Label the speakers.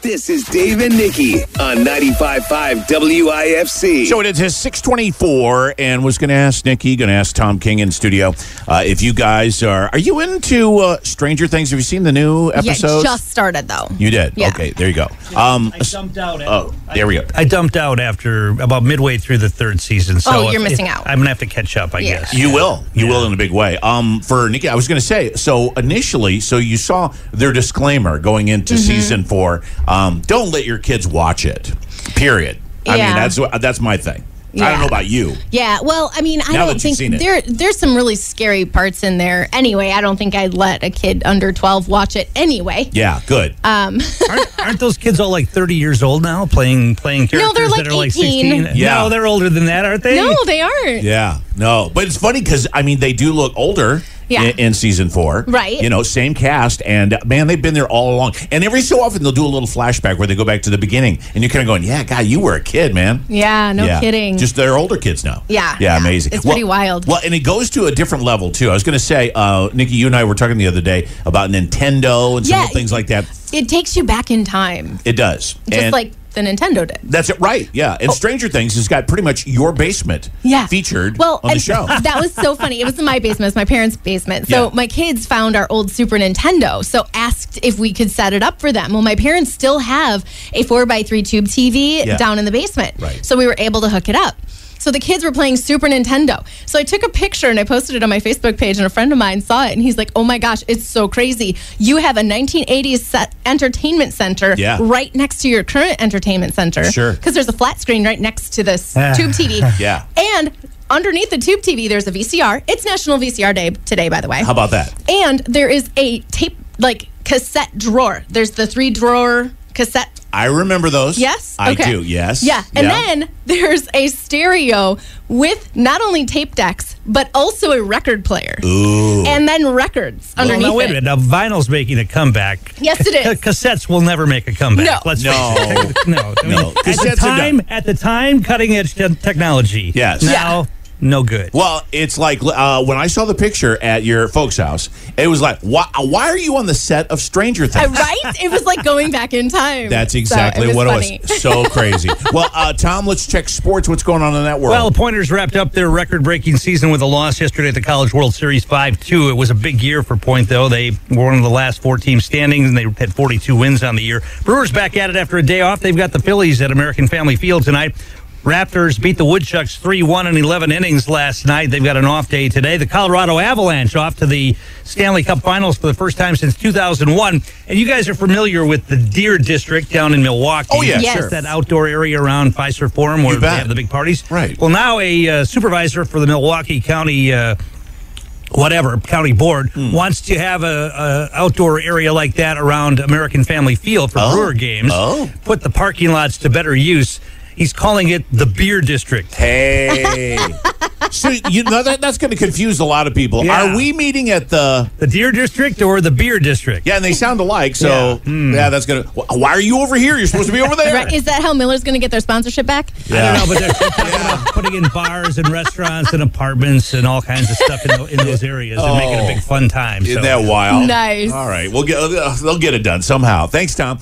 Speaker 1: This is Dave and Nikki on 95.5 WIFC.
Speaker 2: So it is his 624 and was going to ask Nikki, going to ask Tom King in studio uh, if you guys are, are you into uh, Stranger Things? Have you seen the new episodes?
Speaker 3: Yeah, just started though.
Speaker 2: you did?
Speaker 3: Yeah.
Speaker 2: Okay, there you go. Um,
Speaker 4: I dumped out.
Speaker 2: oh, there we go.
Speaker 4: I dumped out after about midway through the third season. So
Speaker 3: Oh, you're missing out.
Speaker 4: I'm gonna have to catch up, I
Speaker 3: Yeah.
Speaker 4: guess.
Speaker 2: You will. You will in a big way. Um, for Nikki, I was going to say, so initially, so you saw their disclaimer going into
Speaker 3: Mm-hmm.
Speaker 2: season four. Um, don't let your kids watch it, period. I mean,
Speaker 3: Yeah.
Speaker 2: that's, what- that's my thing. I don't
Speaker 3: Yeah.
Speaker 2: know about you.
Speaker 3: Yeah, well, I mean,
Speaker 2: Now
Speaker 3: I
Speaker 2: that
Speaker 3: don't
Speaker 2: you've
Speaker 3: think
Speaker 2: seen it.
Speaker 3: there there's some really scary parts in there. Anyway, I don't think I'd let a kid under 12 watch it anyway.
Speaker 2: Yeah, good.
Speaker 4: aren't, aren't those kids all like 30 years old now, playing playing
Speaker 3: No,
Speaker 4: characters
Speaker 3: they're like
Speaker 4: that are like
Speaker 3: 18.
Speaker 4: 16?
Speaker 2: Yeah.
Speaker 4: No, they're older than that, aren't they?
Speaker 3: No, they aren't.
Speaker 2: Yeah, no, but it's funny because I mean they do look older.
Speaker 3: Yeah.
Speaker 2: In, in season four,
Speaker 3: Right.
Speaker 2: You know, same cast, and uh, man, they've been there all along. And every so often, they'll do a little flashback where they go back to the beginning, and you're kind of going, "Yeah, God, you were a kid, man."
Speaker 3: Yeah, no
Speaker 2: Yeah.
Speaker 3: kidding.
Speaker 2: Just they're older kids now.
Speaker 3: Yeah,
Speaker 2: Yeah,
Speaker 3: yeah.
Speaker 2: amazing.
Speaker 3: It's pretty wild.
Speaker 2: Well, and it goes to a different level too. I was going to say, uh, Nikki, you and I were talking the other day about Nintendo and some
Speaker 3: Yeah.
Speaker 2: of the things like that.
Speaker 3: it takes you back in time,
Speaker 2: It does.
Speaker 3: just
Speaker 2: And-
Speaker 3: like the Nintendo did.
Speaker 2: that's it, right? Yeah, and Stranger Things has got pretty much your basement
Speaker 3: Yeah.
Speaker 2: featured
Speaker 3: well,
Speaker 2: on the
Speaker 3: and
Speaker 2: show.
Speaker 3: that was so funny. It was in my basement, it was my parents' basement. So
Speaker 2: Yeah.
Speaker 3: my kids found our old Super Nintendo. So asked if we could set it up for them. Well, my parents still have a four by three tube TV
Speaker 2: Yeah.
Speaker 3: down in the basement.
Speaker 2: Right.
Speaker 3: So we were able to hook it up. So the kids were playing Super Nintendo. So I took a picture and I posted it on my Facebook page, and a friend of mine saw it, and he's like, "Oh my gosh, it's so crazy! You have a 1980s set entertainment center
Speaker 2: Yeah.
Speaker 3: right next to your current entertainment center.
Speaker 2: Sure.
Speaker 3: because there's a flat screen right next to this
Speaker 4: Ah.
Speaker 3: tube TV.
Speaker 2: Yeah.
Speaker 3: and underneath the tube TV, there's a VCR. It's National VCR Day today, by the way.
Speaker 2: How about that?
Speaker 3: And there is a tape like cassette drawer. There's the three drawer cassette
Speaker 2: I remember those.
Speaker 3: Yes.
Speaker 2: I
Speaker 3: okay.
Speaker 2: do. Yes.
Speaker 3: Yeah. And then there's a stereo with not only tape decks but also a record player. Ooh. And then records
Speaker 4: Well,
Speaker 3: underneath
Speaker 4: now, Oh, wait a
Speaker 3: it.
Speaker 4: minute. Now, vinyl's making a comeback.
Speaker 3: Yes, it is.
Speaker 4: Ca- cassettes will never make a comeback.
Speaker 3: No.
Speaker 4: Let's
Speaker 2: No.
Speaker 4: face it. no. I mean,
Speaker 2: No.
Speaker 4: At
Speaker 2: Cassettes
Speaker 4: the
Speaker 2: are
Speaker 4: time,
Speaker 2: done.
Speaker 4: at the time, cutting edge te- technology.
Speaker 2: Yes. Yeah.
Speaker 4: Now, no good.
Speaker 2: Well, it's like uh, when I saw the picture at your folks' house, it was like, why, why are you on the set of Stranger
Speaker 3: Uh,
Speaker 2: Things?
Speaker 3: right? It was like going back in time.
Speaker 2: That's
Speaker 3: So
Speaker 2: exactly
Speaker 3: was
Speaker 2: what
Speaker 3: funny.
Speaker 2: it was. So crazy. well, uh, Tom, let's check sports. What's going on in that world?
Speaker 4: Well, the Pointers wrapped up their record-breaking season with a loss yesterday at the College World Series 5-2. It was a big year for Point, though. They were one of the last four team standings, and they had 42 wins on the year. Brewers back at it after a day off. They've got the Phillies at American Family Field tonight. Raptors beat the Woodchucks 3-1 in 11 innings last night. They've got an off day today. The Colorado Avalanche off to the Stanley Cup Finals for the first time since 2001. And you guys are familiar with the Deer District down in Milwaukee.
Speaker 2: Oh, yeah,
Speaker 3: Yes. sure.
Speaker 4: That outdoor area around Pfizer Forum where they
Speaker 2: bet.
Speaker 4: have the big parties.
Speaker 2: Right.
Speaker 4: Well, now a uh, supervisor for the Milwaukee County, uh, whatever county board,
Speaker 2: Hmm.
Speaker 4: wants to have a, a outdoor area like that around American Family Field for Brewer games.
Speaker 2: Oh.
Speaker 4: Put the parking lots to better use. He's calling it the Beer District.
Speaker 2: hey. so you know that that's going to confuse a lot of people.
Speaker 4: Yeah.
Speaker 2: Are we meeting at the?
Speaker 4: The Deer District or the Beer District?
Speaker 2: Yeah, and they sound alike. So yeah,
Speaker 4: Hmm.
Speaker 2: that's going to. Why are you over here? You're supposed to be over there.
Speaker 3: Right? Is that how Miller's going to get their sponsorship back?
Speaker 4: I don't know, but they're talking about putting in bars and restaurants and apartments and all kinds of stuff in, tho- in those areas and making
Speaker 2: Oh.
Speaker 4: a big fun time.
Speaker 2: Isn't
Speaker 4: so.
Speaker 2: that wild?
Speaker 3: Nice.
Speaker 2: All right, we'll get. Uh, they'll get it done somehow. Thanks, Tom.